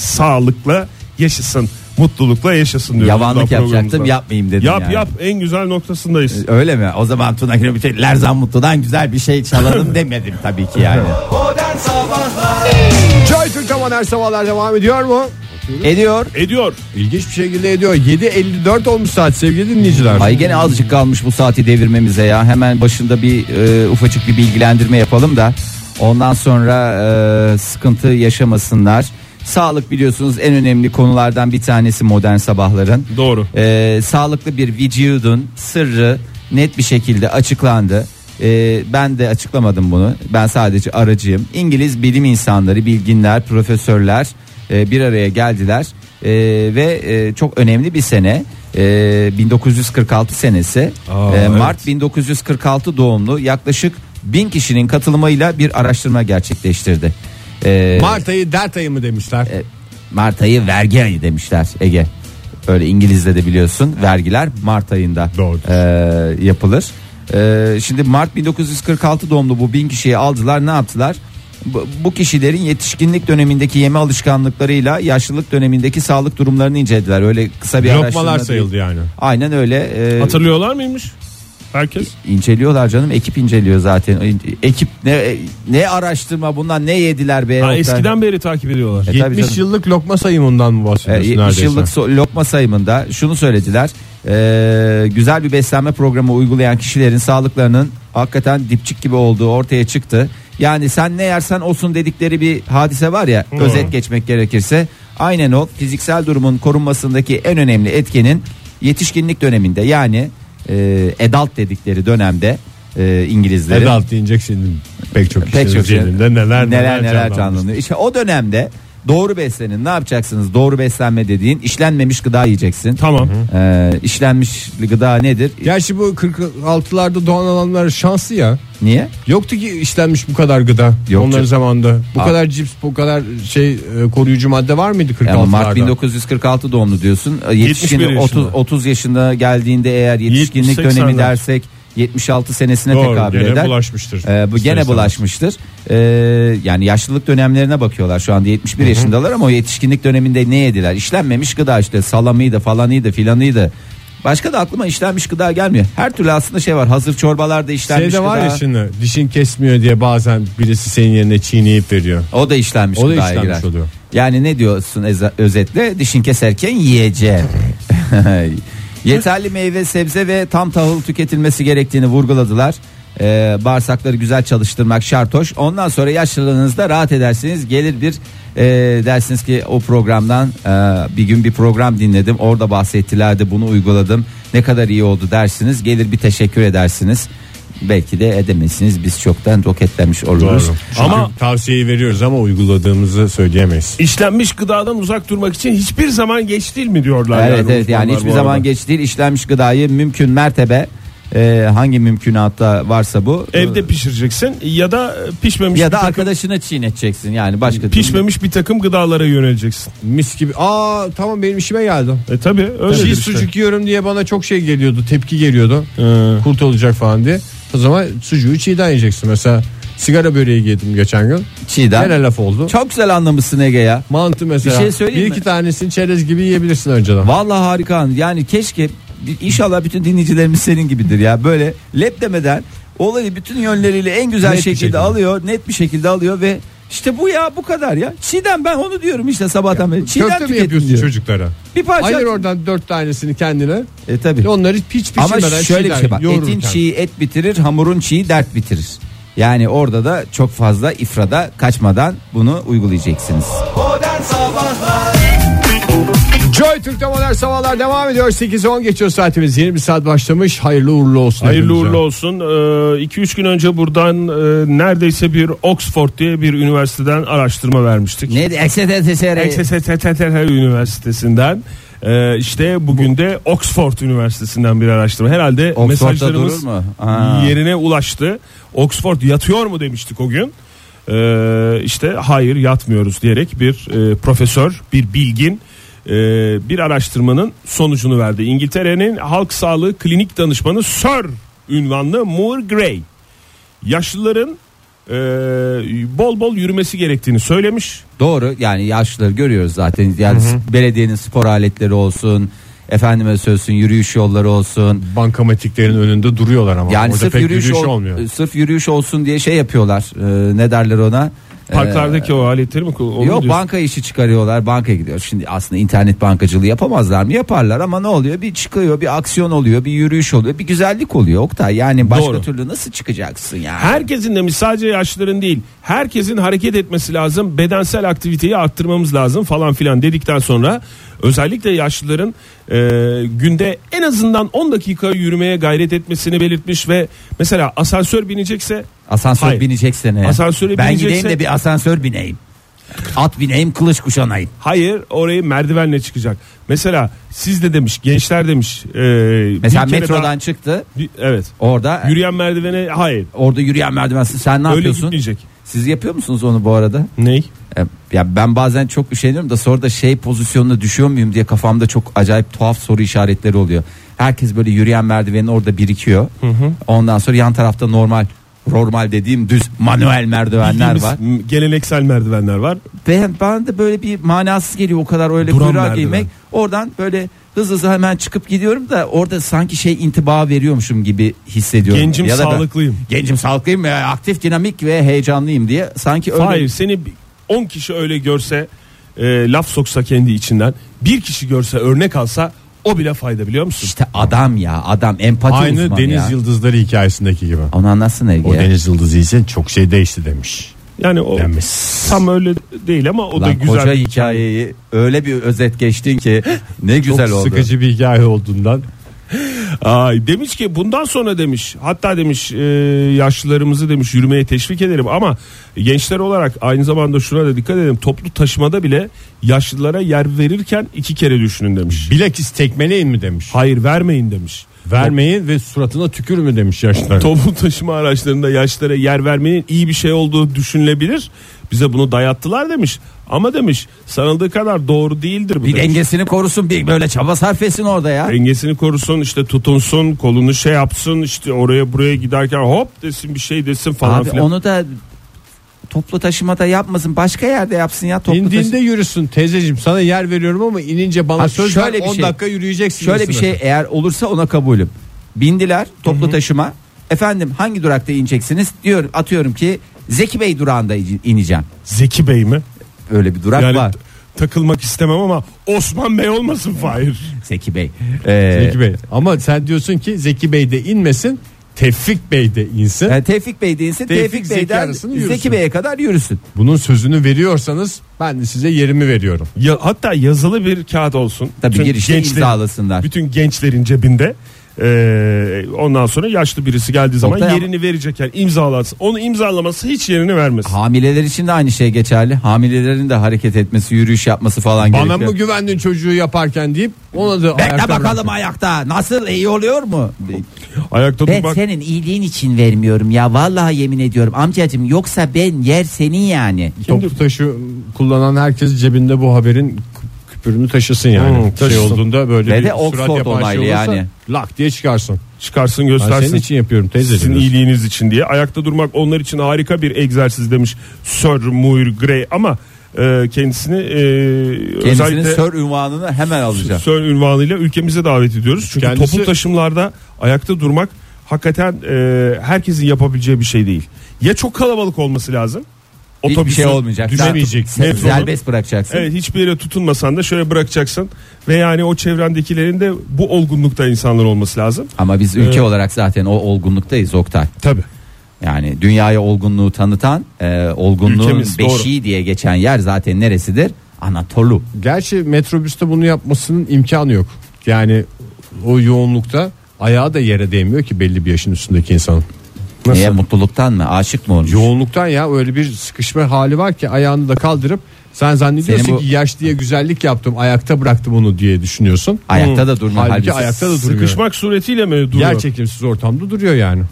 [SPEAKER 4] sağlıkla yaşasın, mutlulukla yaşasın diyoruz.
[SPEAKER 2] Yavanlık
[SPEAKER 4] Daha
[SPEAKER 2] yapacaktım
[SPEAKER 4] programımızda.
[SPEAKER 2] yapmayayım dedim
[SPEAKER 4] Yap
[SPEAKER 2] yani.
[SPEAKER 4] yap en güzel noktasındayız.
[SPEAKER 2] Öyle mi? O zaman Tuna Kiremit'e Lerzan Mutlu'dan güzel bir şey çalalım demedim tabii ki yani.
[SPEAKER 5] Joy Türk'te modern sabahlar devam ediyor mu?
[SPEAKER 2] Ediyor.
[SPEAKER 4] Ediyor.
[SPEAKER 5] İlginç bir şekilde ediyor. 7.54 olmuş saat sevgili dinleyiciler.
[SPEAKER 2] Ay gene azıcık kalmış bu saati devirmemize ya. Hemen başında bir e, ufacık bir bilgilendirme yapalım da ondan sonra e, sıkıntı yaşamasınlar. Sağlık biliyorsunuz en önemli konulardan bir tanesi modern sabahların.
[SPEAKER 4] Doğru.
[SPEAKER 2] Ee, sağlıklı bir vücudun sırrı net bir şekilde açıklandı. Ee, ben de açıklamadım bunu. Ben sadece aracıyım. İngiliz bilim insanları, bilginler, profesörler e, bir araya geldiler E, ve e, çok önemli bir sene. e, 1946 senesi
[SPEAKER 5] Aa,
[SPEAKER 2] E,
[SPEAKER 5] evet.
[SPEAKER 2] Mart 1946 doğumlu yaklaşık bin kişinin katılımıyla bir araştırma gerçekleştirdi. E,
[SPEAKER 5] Mart ayı dert ayı mı demişler.
[SPEAKER 2] Mart ayı vergi ayı demişler Ege. Öyle İngiliz'de de biliyorsun vergiler Mart ayında
[SPEAKER 5] Doğrudur.
[SPEAKER 2] e, yapılır. E, şimdi Mart 1946 doğumlu bu bin kişiyi aldılar ne yaptılar? Bu, bu kişilerin yetişkinlik dönemindeki yeme alışkanlıklarıyla yaşlılık dönemindeki sağlık durumlarını incelediler. Öyle kısa bir araştırma
[SPEAKER 5] Lokmalar
[SPEAKER 2] değil.
[SPEAKER 5] sayıldı yani.
[SPEAKER 2] Aynen öyle. e,
[SPEAKER 4] Hatırlıyorlar mıymış? Herkes.
[SPEAKER 2] inceliyorlar canım ekip inceliyor zaten. O in- Ekip ne e, ne araştırma bundan ne yediler be.
[SPEAKER 4] Ha,
[SPEAKER 2] Oktay?
[SPEAKER 4] eskiden beri takip ediyorlar.
[SPEAKER 2] E, tabii
[SPEAKER 5] 70
[SPEAKER 2] canım.
[SPEAKER 5] yıllık lokma sayımından mı
[SPEAKER 2] E,
[SPEAKER 5] bahsediyorsun
[SPEAKER 2] 70
[SPEAKER 5] neredeyse?
[SPEAKER 2] yıllık so- lokma sayımında şunu söylediler. E, güzel bir beslenme programı uygulayan kişilerin sağlıklarının hakikaten dipçik gibi olduğu ortaya çıktı. Yani sen ne yersen olsun dedikleri bir hadise var ya özet geçmek gerekirse. Aynen o fiziksel durumun korunmasındaki en önemli etkenin yetişkinlik döneminde yani e, adult dedikleri dönemde e, İngilizlerin
[SPEAKER 5] Adult deyince şimdi pek çok
[SPEAKER 2] pek
[SPEAKER 5] kişinin
[SPEAKER 2] çok şey.
[SPEAKER 5] zihninde neler neler,
[SPEAKER 2] neler
[SPEAKER 5] canlanmış.
[SPEAKER 2] canlanıyor. İşte o dönemde doğru beslenin. Ne yapacaksınız? Doğru beslenme dediğin işlenmemiş gıda yiyeceksin.
[SPEAKER 4] Tamam.
[SPEAKER 2] Ee, işlenmiş gıda nedir?
[SPEAKER 5] Gerçi bu 46'larda doğan adamlar şanslı ya.
[SPEAKER 2] Niye?
[SPEAKER 5] Yoktu ki işlenmiş bu kadar gıda
[SPEAKER 2] Yok
[SPEAKER 5] onların
[SPEAKER 2] canım.
[SPEAKER 5] zamanında. Bu
[SPEAKER 2] Aa.
[SPEAKER 5] kadar cips, bu kadar şey e, koruyucu madde var mıydı
[SPEAKER 2] Ama
[SPEAKER 5] 46'larda?
[SPEAKER 2] Mart 1946 doğumlu diyorsun. Ee, Yetişkin
[SPEAKER 4] 71 yaşında.
[SPEAKER 2] 30, 30 yaşında geldiğinde eğer yetişkinlik
[SPEAKER 4] 70-80'ler.
[SPEAKER 2] dönemi dersek 76 senesine
[SPEAKER 5] Doğru,
[SPEAKER 2] tekabül
[SPEAKER 5] gene
[SPEAKER 2] eder.
[SPEAKER 5] bulaşmıştır.
[SPEAKER 2] Ee, bu gene
[SPEAKER 5] İstersen.
[SPEAKER 2] bulaşmıştır. Ee, yani yaşlılık dönemlerine bakıyorlar şu anda 71 yaşındalar ama o yetişkinlik döneminde ne yediler? İşlenmemiş gıda işte salamıydı falanıydı filanıydı. Başka da aklıma işlenmiş gıda gelmiyor. Her türlü aslında şey var. Hazır çorbalarda işlenmiş
[SPEAKER 5] Şeyde var
[SPEAKER 2] gıda.
[SPEAKER 5] ya şimdi dişin kesmiyor diye bazen birisi senin yerine çiğneyip veriyor.
[SPEAKER 2] O da işlenmiş
[SPEAKER 5] O da
[SPEAKER 2] gıdaya
[SPEAKER 5] işlenmiş
[SPEAKER 2] girer.
[SPEAKER 5] oluyor.
[SPEAKER 2] Yani ne diyorsun eza- özetle? Dişin keserken yiyeceğim. Yeterli meyve, sebze ve tam tahıl tüketilmesi gerektiğini vurguladılar. Ee, bağırsakları güzel çalıştırmak şart hoş. Ondan sonra yaşlılığınızda rahat edersiniz. Gelir bir e, dersiniz ki o programdan e, bir gün bir program dinledim. Orada bahsettilerdi bunu uyguladım. Ne kadar iyi oldu dersiniz. Gelir bir teşekkür edersiniz. Belki de edemezsiniz. Biz çoktan roketlemiş oluruz.
[SPEAKER 4] Ama-
[SPEAKER 5] Ama tavsiyeyi veriyoruz ama uyguladığımızı söyleyemeyiz.
[SPEAKER 4] İşlenmiş gıdadan uzak durmak için hiçbir zaman geç değil mi diyorlar.
[SPEAKER 2] Evet evet
[SPEAKER 4] uzmanlar
[SPEAKER 2] yani
[SPEAKER 4] bu
[SPEAKER 2] hiçbir
[SPEAKER 4] arada.
[SPEAKER 2] zaman geç değil işlenmiş gıdayı mümkün mertebe e, hangi mümkünatta varsa bu
[SPEAKER 4] Evde pişireceksin ya da e, pişmemiş
[SPEAKER 2] ya
[SPEAKER 4] bir
[SPEAKER 2] da
[SPEAKER 4] takım-
[SPEAKER 2] arkadaşına çiğneteceksin yani başka
[SPEAKER 4] pişmemiş bir takım gıdalara yöneleceksin.
[SPEAKER 5] Mis gibi. Aa tamam benim işime geldi.
[SPEAKER 4] E tabi öyle
[SPEAKER 5] Çiğ
[SPEAKER 4] işte.
[SPEAKER 5] sucuk yiyorum diye bana çok şey geliyordu. Tepki geliyordu.
[SPEAKER 4] Ee.
[SPEAKER 5] Kurt olacak falan diye. O zaman sucuğu çiğden yiyeceksin. Mesela sigara böreği yedim geçen gün.
[SPEAKER 2] çiğden.
[SPEAKER 5] Gene laf oldu.
[SPEAKER 2] Çok güzel anlamışsın Ege ya.
[SPEAKER 5] Mantı mesela.
[SPEAKER 2] Bir şey söyleyeyim mi?
[SPEAKER 5] iki tanesini çerez gibi yiyebilirsin önceden.
[SPEAKER 2] Vallahi harika yani keşke inşallah bütün dinleyicilerimiz senin gibidir ya böyle lep demeden olayı bütün yönleriyle en güzel
[SPEAKER 5] Net bir
[SPEAKER 2] şekilde,
[SPEAKER 5] şekilde.
[SPEAKER 2] alıyor net bir şekilde alıyor ve işte bu ya bu kadar ya. Çiğden ben onu diyorum işte sabahtan beri. Çiğden
[SPEAKER 5] Köfte mi
[SPEAKER 2] tüketin
[SPEAKER 5] yapıyorsun
[SPEAKER 2] diyor.
[SPEAKER 5] çocuklara?
[SPEAKER 2] Bir parça.
[SPEAKER 5] Hayır oradan dört tanesini kendine.
[SPEAKER 2] E tabii.
[SPEAKER 5] Onları hiç
[SPEAKER 2] Ama
[SPEAKER 5] pişirmeden
[SPEAKER 2] şöyle bir şey bak. Etin çiği et bitirir, hamurun çiği dert bitirir. Yani orada da çok fazla ifrada kaçmadan bunu uygulayacaksınız.
[SPEAKER 5] Joy Türk'te modern sabahlar devam ediyor. 8-10 geçiyor saatimiz. Yeni bir saat başlamış. Hayırlı uğurlu olsun.
[SPEAKER 4] Hayırlı
[SPEAKER 5] hepinize.
[SPEAKER 4] uğurlu olsun. 2-3 gün önce buradan e, neredeyse bir Oxford diye bir üniversiteden araştırma vermiştik.
[SPEAKER 2] Ne eksedet
[SPEAKER 4] XSTTTH Üniversitesi'nden e, işte bugün de Oxford Üniversitesi'nden bir araştırma. Herhalde
[SPEAKER 2] Oxford'da
[SPEAKER 4] mesajlarımız
[SPEAKER 2] durur mu? Aa.
[SPEAKER 4] yerine ulaştı. Oxford yatıyor mu demiştik o gün. E, işte hayır yatmıyoruz diyerek bir e, profesör, bir bilgin e, bir araştırmanın sonucunu verdi. İngiltere'nin halk sağlığı klinik danışmanı Sir ünvanlı Moore Gray yaşlıların e, bol bol yürümesi gerektiğini söylemiş.
[SPEAKER 2] Doğru yani yaşlıları görüyoruz zaten. Yani belediyenin spor aletleri olsun, efendime sözsün yürüyüş yolları olsun.
[SPEAKER 5] Bankamatiklerin önünde duruyorlar ama.
[SPEAKER 2] Yani
[SPEAKER 5] Orada
[SPEAKER 2] sırf
[SPEAKER 5] pek şey
[SPEAKER 2] yürüyüş, ol- Ee,
[SPEAKER 5] olmuyor.
[SPEAKER 2] sırf yürüyüş olsun diye şey yapıyorlar. Ee, ne derler ona? Ee,
[SPEAKER 4] Parklardaki o aletleri mi? kullan-
[SPEAKER 2] Yok
[SPEAKER 4] onu diyorsun?
[SPEAKER 2] banka işi çıkarıyorlar bankaya gidiyor. Şimdi aslında internet bankacılığı yapamazlar mı? Yaparlar ama ne oluyor? Bir çıkıyor bir aksiyon oluyor bir yürüyüş oluyor bir güzellik oluyor Oktay. Yani başka
[SPEAKER 4] Doğru.
[SPEAKER 2] türlü nasıl çıkacaksın yani?
[SPEAKER 4] Herkesin demiş sadece yaşlıların değil herkesin hareket etmesi lazım bedensel aktiviteyi arttırmamız lazım falan filan dedikten sonra özellikle yaşlıların e, günde en azından 10 dakika yürümeye gayret etmesini belirtmiş ve mesela asansör binecekse
[SPEAKER 2] Asansör
[SPEAKER 4] Hayır.
[SPEAKER 2] binecekse ne?
[SPEAKER 4] Asansöre
[SPEAKER 2] ben
[SPEAKER 4] binecekse-
[SPEAKER 2] gideyim de bir asansör bineyim. At bineyim kılıç kuşanayım.
[SPEAKER 4] hayır orayı merdivenle çıkacak. Mesela siz de demiş gençler demiş. e,
[SPEAKER 2] Mesela
[SPEAKER 4] bir kere
[SPEAKER 2] metrodan
[SPEAKER 4] daha-
[SPEAKER 2] çıktı
[SPEAKER 4] bir- evet
[SPEAKER 2] orada
[SPEAKER 4] yürüyen merdivene hayır
[SPEAKER 2] orada yürüyen merdiven sen ne
[SPEAKER 4] öyle
[SPEAKER 2] yapıyorsun?
[SPEAKER 4] gitmeyecek.
[SPEAKER 2] Siz yapıyor musunuz onu bu arada?
[SPEAKER 4] Ney?
[SPEAKER 2] E, Ya ben bazen çok üşeniyorum da sonra da şey pozisyonuna düşüyor muyum diye kafamda çok acayip tuhaf soru işaretleri oluyor. Herkes böyle yürüyen merdivenin orada birikiyor. Ondan sonra yan tarafta normal normal dediğim düz manuel merdivenler
[SPEAKER 4] Bildiğimiz
[SPEAKER 2] var.
[SPEAKER 4] m- geleneksel merdivenler var.
[SPEAKER 2] Ben, bana da böyle bir manasız geliyor o kadar öyle
[SPEAKER 4] Duran
[SPEAKER 2] kuyruğa
[SPEAKER 4] merdiven.
[SPEAKER 2] girmek. Oradan böyle hızlı hızlı hemen çıkıp gidiyorum da orada sanki şey intiba veriyormuşum gibi hissediyorum.
[SPEAKER 4] Gencim
[SPEAKER 2] Ya da ben-
[SPEAKER 4] sağlıklıyım.
[SPEAKER 2] gencim sağlıklıyım ya, aktif dinamik ve heyecanlıyım diye sanki öyle.
[SPEAKER 4] Hayır seni 10 kişi öyle görse e, laf soksa kendi içinden bir kişi görse örnek alsa o bile fayda biliyor musun?
[SPEAKER 2] İşte adam ya adam empati
[SPEAKER 5] Aynı
[SPEAKER 2] uzmanı
[SPEAKER 5] Deniz
[SPEAKER 2] ya.
[SPEAKER 5] Yıldızları hikayesindeki gibi.
[SPEAKER 2] Onu anlatsana Ege.
[SPEAKER 5] O
[SPEAKER 2] ya.
[SPEAKER 5] Deniz Yıldızı ise çok şey değişti demiş.
[SPEAKER 4] Yani o
[SPEAKER 5] Denmiş.
[SPEAKER 4] tam öyle değil ama o da
[SPEAKER 2] Lan
[SPEAKER 4] güzel.
[SPEAKER 2] koca hikayeyi öyle bir özet geçtin ki ne güzel
[SPEAKER 5] çok
[SPEAKER 2] oldu.
[SPEAKER 5] sıkıcı bir hikaye olduğundan
[SPEAKER 4] Ay, demiş ki bundan sonra demiş hatta demiş e, yaşlılarımızı demiş yürümeye teşvik ederim ama gençler olarak aynı zamanda şuna da dikkat edelim toplu taşımada bile yaşlılara yer verirken iki kere düşünün demiş.
[SPEAKER 5] bilakis tekmeleyin mi demiş.
[SPEAKER 4] Hayır vermeyin demiş.
[SPEAKER 5] Vermeyin ve suratına tükür mü demiş yaşlılar.
[SPEAKER 4] Toplu taşıma araçlarında yaşlara yer vermenin iyi bir şey olduğu düşünülebilir. Bize bunu dayattılar demiş. Ama demiş sanıldığı kadar doğru değildir bu.
[SPEAKER 2] Bir
[SPEAKER 4] demiş.
[SPEAKER 2] dengesini korusun bir böyle çaba sarf etsin orada ya.
[SPEAKER 4] Dengesini korusun işte tutunsun kolunu şey yapsın işte oraya buraya giderken hop desin bir şey desin falan
[SPEAKER 2] Abi
[SPEAKER 4] filan.
[SPEAKER 2] onu da toplu taşımada yapmasın başka yerde yapsın ya toplu
[SPEAKER 5] İndiğinde
[SPEAKER 2] taşı-
[SPEAKER 5] yürüsün teyzeciğim sana yer veriyorum ama inince bana
[SPEAKER 2] Ha,
[SPEAKER 5] söz
[SPEAKER 2] şöyle
[SPEAKER 5] ver
[SPEAKER 2] bir
[SPEAKER 5] 10
[SPEAKER 2] şey.
[SPEAKER 5] dakika yürüyeceksin.
[SPEAKER 2] Şöyle bir
[SPEAKER 5] diyorsun
[SPEAKER 2] şey eğer olursa ona kabulüm. Bindiler toplu taşıma. Efendim hangi durakta ineceksiniz? Diyorum atıyorum ki Zeki Bey durağında in- ineceğim.
[SPEAKER 4] Zeki Bey mi?
[SPEAKER 2] öyle bir durak
[SPEAKER 4] Yani
[SPEAKER 2] var.
[SPEAKER 4] t- takılmak istemem ama Osman Bey olmasın Fahir.
[SPEAKER 2] Zeki Bey. Ee,
[SPEAKER 5] Zeki Bey. Ama sen diyorsun ki Zeki Bey de inmesin, Tevfik Bey de insin.
[SPEAKER 2] yani Tevfik Bey değilse
[SPEAKER 5] Tevfik,
[SPEAKER 2] Tevfik,
[SPEAKER 5] Zeki
[SPEAKER 2] Bey'den
[SPEAKER 5] arasını yürüsün.
[SPEAKER 2] Zeki Bey'e kadar yürüsün.
[SPEAKER 5] Bunun sözünü veriyorsanız ben de size yerimi veriyorum.
[SPEAKER 4] Ya, hatta yazılı bir kağıt olsun.
[SPEAKER 2] Tabii
[SPEAKER 4] Bütün
[SPEAKER 2] girişte
[SPEAKER 4] gençlerin-
[SPEAKER 2] imzalasınlar.
[SPEAKER 4] Bütün gençlerin cebinde. Ee, ondan sonra yaşlı birisi geldiği zaman
[SPEAKER 2] Oktay ama-
[SPEAKER 4] yerini verecek yani imzalasın. Onu imzalaması hiç yerini vermez.
[SPEAKER 2] Hamileler için de aynı şey geçerli. Hamilelerin de hareket etmesi, yürüyüş yapması falan
[SPEAKER 5] Bana
[SPEAKER 2] gerekiyor.
[SPEAKER 5] mı güvendin çocuğu yaparken deyip ona da
[SPEAKER 2] Bekle
[SPEAKER 5] ayakta
[SPEAKER 2] bakalım
[SPEAKER 5] bırak-
[SPEAKER 2] ayakta. Nasıl iyi oluyor mu?
[SPEAKER 4] Ayakta
[SPEAKER 2] Ben
[SPEAKER 4] durmak
[SPEAKER 2] senin iyiliğin için vermiyorum ya. Vallahi yemin ediyorum amcacım yoksa ben yer senin yani.
[SPEAKER 5] Toplu taşı kullanan herkes cebinde bu haberin kü- küpürünü taşısın yani.
[SPEAKER 4] Hmm,
[SPEAKER 5] Şey
[SPEAKER 4] taşısın.
[SPEAKER 5] olduğunda böyle
[SPEAKER 2] Ve
[SPEAKER 5] bir
[SPEAKER 2] de
[SPEAKER 5] surat
[SPEAKER 2] Oxford
[SPEAKER 5] yapan şey
[SPEAKER 2] onaylı
[SPEAKER 5] olursa
[SPEAKER 2] yani.
[SPEAKER 5] lak diye çıkarsın.
[SPEAKER 4] çıkarsın
[SPEAKER 5] Ben
[SPEAKER 4] göstersin.
[SPEAKER 5] senin için yapıyorum teyze.
[SPEAKER 4] Sizin
[SPEAKER 5] diyorsun.
[SPEAKER 4] iyiliğiniz için diye. Ayakta durmak onlar için harika bir egzersiz demiş Sir Moir Grey ama e, kendisini e,
[SPEAKER 2] Kendisinin
[SPEAKER 4] özellikle
[SPEAKER 2] sör unvanını hemen alacak.
[SPEAKER 4] Sir ünvanıyla ülkemize davet ediyoruz. Çünkü
[SPEAKER 5] Kendisi-
[SPEAKER 4] toplu taşımlarda ayakta durmak hakikaten e, herkesin yapabileceği bir şey değil. Ya çok kalabalık olması lazım.
[SPEAKER 2] Hiçbir şey olmayacak.
[SPEAKER 4] düşemeyecek.
[SPEAKER 2] Sen-
[SPEAKER 4] Metronun-
[SPEAKER 2] Serbest bırakacaksın.
[SPEAKER 4] Evet hiçbir yere tutunmasan da şöyle bırakacaksın. Ve yani o çevrendekilerin de bu olgunlukta insanlar olması lazım.
[SPEAKER 2] Ama biz ülke
[SPEAKER 4] Evet.
[SPEAKER 2] olarak zaten o olgunluktayız Oktay.
[SPEAKER 4] Tabii.
[SPEAKER 2] Yani dünyaya olgunluğu tanıtan, e, olgunluğun
[SPEAKER 4] Ülkemiz, doğru.
[SPEAKER 2] beşiği diye geçen yer zaten neresidir? Anadolu.
[SPEAKER 5] Gerçi metrobüste bunu yapmasının imkanı yok. Yani o yoğunlukta ayağı da yere değmiyor ki belli bir yaşın üstündeki insanın.
[SPEAKER 2] Niye mutluluktan mı? Aşık mı olmuş?
[SPEAKER 5] Yoğunluktan ya öyle bir sıkışma hali var ki ayağını da kaldırıp sen zannediyorsun
[SPEAKER 2] Senin bu-
[SPEAKER 5] ki yaş diye güzellik yaptım ayakta bıraktım onu diye düşünüyorsun. Hmm.
[SPEAKER 2] Ayakta da durma
[SPEAKER 5] Halbuki
[SPEAKER 2] halbuki.
[SPEAKER 5] ayakta da durmuyor.
[SPEAKER 4] Sıkışmak suretiyle mi duruyor?
[SPEAKER 5] Yer çekimsiz ortamda duruyor yani.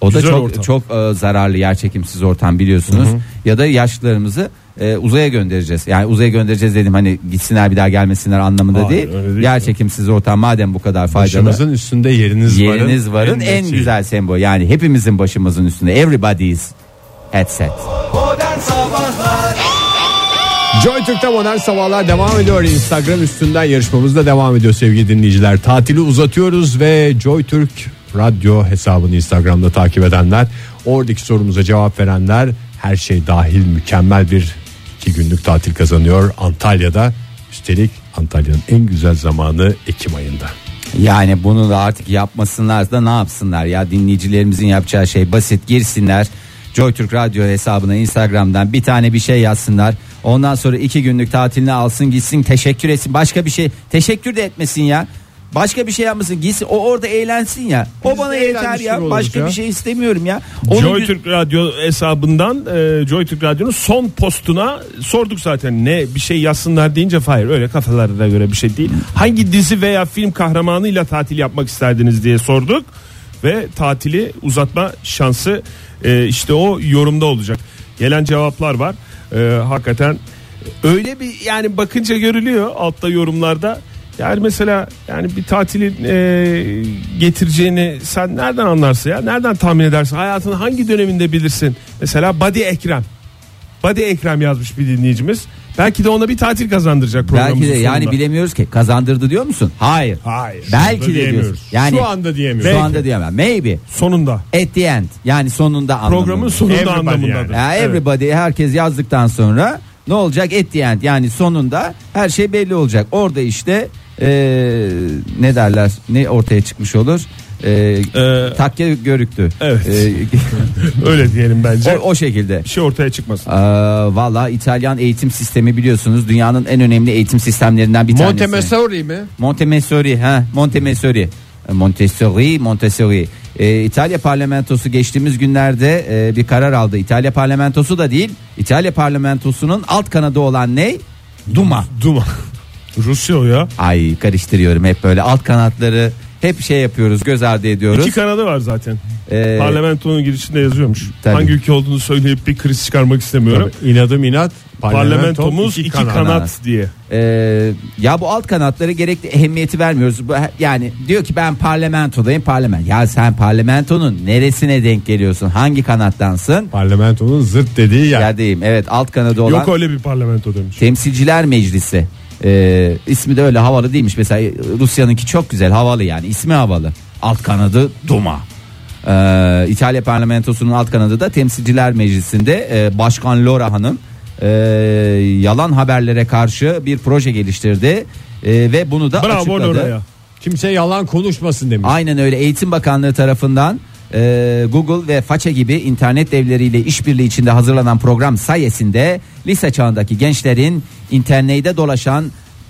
[SPEAKER 2] O da
[SPEAKER 4] Güzel
[SPEAKER 2] çok
[SPEAKER 4] ortam.
[SPEAKER 2] çok e, zararlı yerçekimsiz ortam biliyorsunuz. Ya da yaşlılarımızı e, uzaya göndereceğiz. Yani uzaya göndereceğiz dedim hani gitsinler bir daha gelmesinler anlamında
[SPEAKER 4] Hayır,
[SPEAKER 2] değil.
[SPEAKER 4] öyle değil.
[SPEAKER 2] Yerçekimsiz ortam madem bu kadar faydalı.
[SPEAKER 5] Başımızın üstünde yeriniz,
[SPEAKER 2] Yeriniz varın en,
[SPEAKER 5] netiği.
[SPEAKER 2] güzel sembol. Yani hepimizin başımızın üstünde. Everybody's headset.
[SPEAKER 5] Joy Türk'te modern sabahlar devam ediyor. Instagram üstünden yarışmamız da devam ediyor sevgili dinleyiciler. Tatili uzatıyoruz ve Joy Türk radyo hesabını Instagram'da takip edenler, oradaki sorumuza cevap verenler her şey dahil mükemmel bir iki günlük tatil kazanıyor Antalya'da. Üstelik Antalya'nın en güzel zamanı Ekim ayında.
[SPEAKER 2] Yani bunu da artık yapmasınlar da ne yapsınlar ya dinleyicilerimizin yapacağı şey basit girsinler. JoyTürk Radyo hesabına Instagram'dan bir tane bir şey yazsınlar. Ondan sonra iki günlük tatilini alsın gitsin teşekkür etsin. Başka bir şey teşekkür de etmesin ya. Başka bir şey yapmasın gitsin o orada eğlensin ya. O
[SPEAKER 5] Biz
[SPEAKER 2] bana
[SPEAKER 5] de
[SPEAKER 2] yeter
[SPEAKER 5] eğlenmiş gibi
[SPEAKER 2] ya
[SPEAKER 5] oluruz
[SPEAKER 2] başka
[SPEAKER 5] ya.
[SPEAKER 2] bir şey istemiyorum ya. Onun
[SPEAKER 4] Joy
[SPEAKER 2] gü-
[SPEAKER 4] Türk Radyo hesabından e, Joy Türk Radyo'nun son postuna sorduk zaten ne bir şey yazsınlar deyince hayır öyle kafalarına göre bir şey değil. Hangi dizi veya film kahramanıyla tatil yapmak isterdiniz diye sorduk ve tatili uzatma şansı e, işte o yorumda olacak. Gelen cevaplar var. E, hakikaten öyle bir yani bakınca görülüyor altta yorumlarda. Yani mesela yani bir tatilin e, getireceğini sen nereden anlarsın ya? Nereden tahmin edersin? Hayatın hangi döneminde bilirsin? Mesela Badi Ekrem. Badi Ekrem yazmış bir dinleyicimiz. Belki de ona bir tatil kazandıracak programımızın
[SPEAKER 2] Belki de yani
[SPEAKER 4] sonunda.
[SPEAKER 2] bilemiyoruz ki kazandırdı diyor musun? Hayır.
[SPEAKER 4] Hayır.
[SPEAKER 2] Belki de
[SPEAKER 4] diyemiyoruz.
[SPEAKER 2] diyoruz. Yani
[SPEAKER 5] Şu anda diyemiyorum.
[SPEAKER 2] şu anda diyemem. Maybe
[SPEAKER 4] Sonunda.
[SPEAKER 2] at the end yani sonunda anlamında.
[SPEAKER 4] Programın sonunda
[SPEAKER 5] Everybody
[SPEAKER 4] anlamındadır.
[SPEAKER 2] Ya everybody herkes yazdıktan sonra ne olacak at the end yani sonunda her şey belli olacak. Orada işte eee, ne derler ne ortaya çıkmış olur? Eee
[SPEAKER 4] Ee,
[SPEAKER 2] takke görüktü.
[SPEAKER 4] Evet.
[SPEAKER 2] Eee,
[SPEAKER 4] öyle diyelim bence.
[SPEAKER 2] o, o şekilde.
[SPEAKER 4] bir şey ortaya çıkmasın.
[SPEAKER 2] Eee, Valla İtalyan eğitim sistemi biliyorsunuz dünyanın en önemli eğitim sistemlerinden bir tanesi.
[SPEAKER 5] Montemassori mi?
[SPEAKER 2] Montessori ha Montessori Montessori Montessori Ee, İtalya parlamentosu geçtiğimiz günlerde e, bir karar aldı. İtalya parlamentosu da değil. İtalya parlamentosunun alt kanadı olan ne? Duma.
[SPEAKER 4] Duma. Rusya o ya.
[SPEAKER 2] Ay karıştırıyorum hep böyle alt kanatları hep şey yapıyoruz göz ardı ediyoruz.
[SPEAKER 4] İki kanadı var zaten.
[SPEAKER 2] Ee,
[SPEAKER 4] Parlamentonun girişinde yazıyormuş.
[SPEAKER 2] Tabii.
[SPEAKER 4] Hangi ülke olduğunu söyleyip bir kriz çıkarmak istemiyorum.
[SPEAKER 5] İnadım inat.
[SPEAKER 4] Parlamentomuz iki, kanat.
[SPEAKER 2] kanat
[SPEAKER 4] diye.
[SPEAKER 2] Ee, ya bu alt kanatlara gerekli ehemmiyeti vermiyoruz. Bu, yani diyor ki ben parlamentodayım parlament. Ya sen parlamentonun neresine denk geliyorsun? Hangi kanattansın?
[SPEAKER 5] Parlamentonun zırt dediği yer.
[SPEAKER 2] Yerdeyim. Evet alt kanadı olan.
[SPEAKER 4] Yok öyle bir parlamento demiş.
[SPEAKER 2] Temsilciler Meclisi. Ee, ismi de öyle havalı değilmiş. Mesela Rusya'nınki çok güzel havalı yani ismi havalı. Alt kanadı Duma. Ee, İtalya parlamentosunun alt kanadı da Temsilciler Meclisi'nde e, Başkan Lora Hanım e, yalan haberlere karşı bir proje geliştirdi E, ve bunu da
[SPEAKER 4] Bravo
[SPEAKER 2] açıkladı.
[SPEAKER 4] Lora'ya.
[SPEAKER 5] Kimse yalan konuşmasın demiş.
[SPEAKER 2] Aynen öyle Eğitim Bakanlığı tarafından e, Google ve Faça gibi internet devleriyle işbirliği içinde hazırlanan program sayesinde lise çağındaki gençlerin internette dolaşan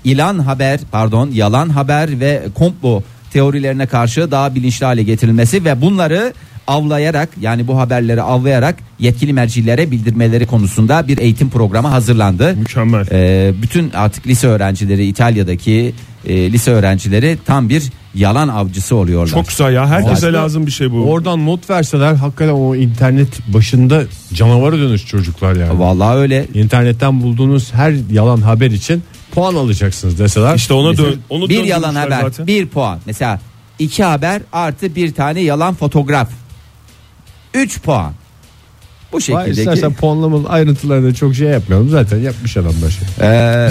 [SPEAKER 2] ilan haber pardon yalan haber ve komplo teorilerine karşı daha bilinçli hale getirilmesi ve bunları avlayarak yani bu haberleri avlayarak yetkili mercilere bildirmeleri konusunda bir eğitim programı hazırlandı.
[SPEAKER 4] Mükemmel.
[SPEAKER 2] Ee, bütün artık lise öğrencileri İtalya'daki e, lise öğrencileri tam bir yalan avcısı oluyorlar.
[SPEAKER 4] Çok güzel ya. Herkese
[SPEAKER 2] Aslında
[SPEAKER 4] lazım bir şey bu.
[SPEAKER 5] Oradan not verseler hakikaten o internet başında canavara dönüş çocuklar yani.
[SPEAKER 2] Vallahi öyle.
[SPEAKER 5] İnternetten bulduğunuz her yalan haber için puan alacaksınız deseler.
[SPEAKER 4] İşte ona
[SPEAKER 5] Mesela
[SPEAKER 4] dön. Onu
[SPEAKER 2] bir
[SPEAKER 4] döndürmüşler
[SPEAKER 2] yalan haber,
[SPEAKER 4] zaten.
[SPEAKER 2] bir puan. Mesela iki haber artı bir tane yalan fotoğraf. Üç puan. Bu
[SPEAKER 5] Vay,
[SPEAKER 2] şekilde.
[SPEAKER 5] istersen puanlamanın ayrıntılarını çok şey yapmayalım zaten yapmış adamlar. şey.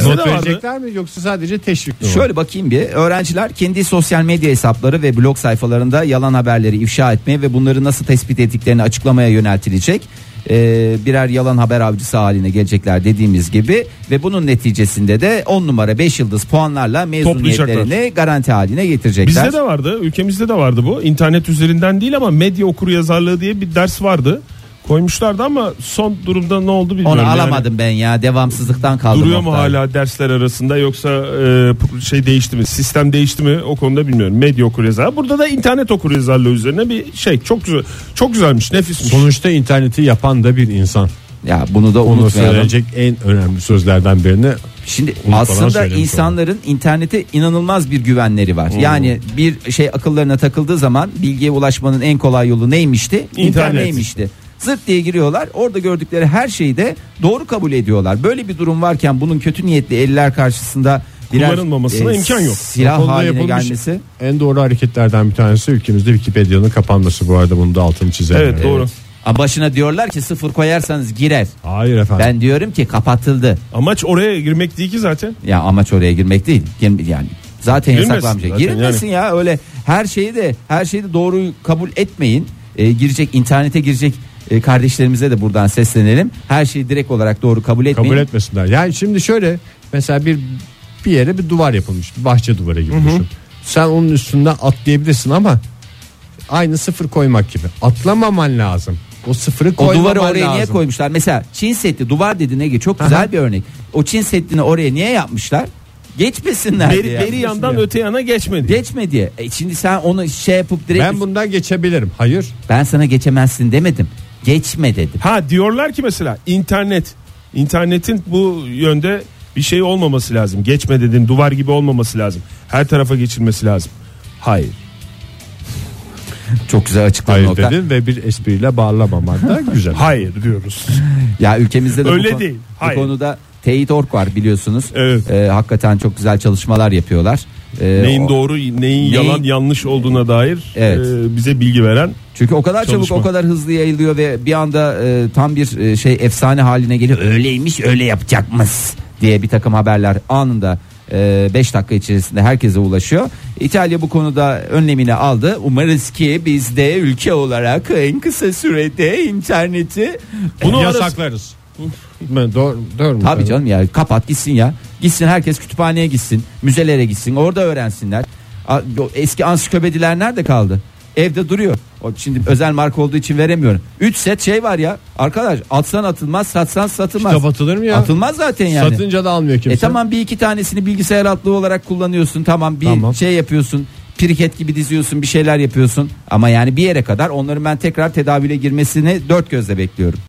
[SPEAKER 4] Not
[SPEAKER 5] Not
[SPEAKER 4] verdi.
[SPEAKER 5] verecekler mi yoksa sadece teşvik mi? var?
[SPEAKER 2] Ee, Şöyle bakayım bir. Öğrenciler kendi sosyal medya hesapları ve blog sayfalarında yalan haberleri ifşa etmeye ve bunları nasıl tespit ettiklerini açıklamaya yöneltilecek. Ee, birer yalan haber avcısı haline gelecekler dediğimiz gibi ve bunun neticesinde de 10 numara 5 yıldız puanlarla mezuniyetlerini garanti haline getirecekler.
[SPEAKER 4] Bizde de vardı, ülkemizde de vardı bu. İnternet üzerinden değil ama medya okuryazarlığı diye bir ders vardı. Koymuşlardı ama son durumda ne oldu bilmiyorum.
[SPEAKER 2] Onu
[SPEAKER 4] Yani
[SPEAKER 2] alamadım ben ya devamsızlıktan kaldım.
[SPEAKER 4] Duruyor mu
[SPEAKER 2] Oktay.
[SPEAKER 4] hala dersler arasında yoksa e, şey değişti mi? Sistem değişti mi? O konuda bilmiyorum. Medya okuryazarlığı. Burada da internet okuryazarlığı üzerine bir şey. Çok güzel. Çok güzelmiş. Nefismiş.
[SPEAKER 5] Sonuçta interneti yapan da bir insan.
[SPEAKER 2] Ya bunu da
[SPEAKER 5] Onu
[SPEAKER 2] unutmayalım.
[SPEAKER 5] söyleyecek en önemli sözlerden birini
[SPEAKER 2] Şimdi
[SPEAKER 5] Bunu falan
[SPEAKER 2] aslında
[SPEAKER 5] söylemiş
[SPEAKER 2] insanların internete inanılmaz bir güvenleri var. Yani bir şey akıllarına takıldığı zaman bilgiye ulaşmanın en kolay yolu neymişti? İnternetteymişti. Zırt diye giriyorlar. Orada gördükleri her şeyi de doğru kabul ediyorlar. Böyle bir durum varken bunun kötü niyetli eller karşısında birer, e,
[SPEAKER 4] Kullanılmamasına imkan yok.
[SPEAKER 5] Bu
[SPEAKER 2] Silah
[SPEAKER 5] konuda
[SPEAKER 2] haline
[SPEAKER 5] yapılmış
[SPEAKER 2] gelmesi.
[SPEAKER 5] En doğru hareketlerden bir tanesi ülkemizde Wikipedia'nın kapanması bu arada bunun da altını çizelim.
[SPEAKER 4] Evet, doğru.
[SPEAKER 2] Ama başına diyorlar ki sıfır koyarsanız girer.
[SPEAKER 5] Hayır efendim.
[SPEAKER 2] Ben diyorum ki kapatıldı.
[SPEAKER 4] Amaç oraya girmek değil ki zaten.
[SPEAKER 2] Ya amaç oraya girmek değil. Gir- Yani zaten
[SPEAKER 4] Girmesin
[SPEAKER 2] yasaklanmayacak.
[SPEAKER 4] zaten
[SPEAKER 2] Girilmesin ya öyle her şeyi de her şeyi de doğru kabul etmeyin. Ee, girecek internete girecek e, kardeşlerimize de buradan seslenelim. Her şeyi direkt olarak doğru kabul etmeyin.
[SPEAKER 5] Kabul etmesinler. Yani şimdi şöyle mesela bir bir yere bir duvar yapılmış. Bir bahçe duvarı gibi düşün. Sen onun üstünden atlayabilirsin ama aynı sıfır koymak gibi. Atlamaman lazım. O sıfırı
[SPEAKER 2] o
[SPEAKER 5] koymaman
[SPEAKER 2] duvarı oraya
[SPEAKER 5] lazım.
[SPEAKER 2] niye koymuşlar? Mesela Çin Seddi duvar dedi Ege çok güzel bir örnek. O Çin Seddi'ni oraya niye yapmışlar? Geçmesinler
[SPEAKER 4] Beri,
[SPEAKER 2] diye.
[SPEAKER 4] beri yandan öte yana geçmedi.
[SPEAKER 2] Geçme diye. E şimdi sen onu şey yapıp direkt
[SPEAKER 5] Ben bundan geçebilirim. Hayır.
[SPEAKER 2] ben sana geçemezsin demedim. Geçme dedim.
[SPEAKER 4] Ha diyorlar ki mesela internet internetin bu yönde bir şey olmaması lazım. Geçme dedin duvar gibi olmaması lazım. Her tarafa geçilmesi lazım. Hayır.
[SPEAKER 2] Çok güzel açıkladın
[SPEAKER 5] Hayır
[SPEAKER 2] Oktay.
[SPEAKER 5] dedin ve bir espriyle bağlamaman da güzel.
[SPEAKER 4] Hayır diyoruz.
[SPEAKER 2] Ya ülkemizde de
[SPEAKER 4] Öyle
[SPEAKER 2] bu, konu-
[SPEAKER 4] değil,
[SPEAKER 2] bu
[SPEAKER 4] hayır.
[SPEAKER 2] konuda Teyit.org var biliyorsunuz.
[SPEAKER 4] Evet.
[SPEAKER 2] Ee, hakikaten çok güzel çalışmalar yapıyorlar. Ee,
[SPEAKER 4] neyin
[SPEAKER 2] o-
[SPEAKER 4] doğru neyin, yalan yanlış olduğuna dair
[SPEAKER 2] Evet.
[SPEAKER 4] e, bize bilgi veren
[SPEAKER 2] Çünkü o kadar
[SPEAKER 4] Çalışma.
[SPEAKER 2] çabuk o kadar hızlı yayılıyor ve bir anda e, tam bir e, şey efsane haline geliyor. Öyleymiş öyle yapacakmış diye bir takım haberler anında 5 dakika içerisinde herkese ulaşıyor. İtalya bu konuda önlemini aldı. Umarız ki biz de ülke olarak en kısa sürede interneti
[SPEAKER 4] Bunu
[SPEAKER 5] yasaklarız. Ben doğru, doğru mu?
[SPEAKER 2] Tabii canım ya kapat gitsin ya. Gitsin herkes kütüphaneye gitsin, müzelere gitsin, orada öğrensinler. A- o Eski ansiklopediler nerede kaldı? Evde duruyor. O Şimdi özel marka olduğu için veremiyorum. 3 set şey var ya. Arkadaş atsan atılmaz, satsan satılmaz.
[SPEAKER 5] Kitap atılır mı ya?
[SPEAKER 2] Atılmaz zaten yani.
[SPEAKER 5] Satınca da almıyor kimse.
[SPEAKER 2] E tamam bir iki tanesini bilgisayar atlığı olarak kullanıyorsun. Tamam bir
[SPEAKER 5] Tamam.
[SPEAKER 2] şey yapıyorsun. Priket gibi diziyorsun, bir şeyler yapıyorsun. Ama yani bir yere kadar onların ben tekrar tedavüle girmesini dört gözle bekliyorum.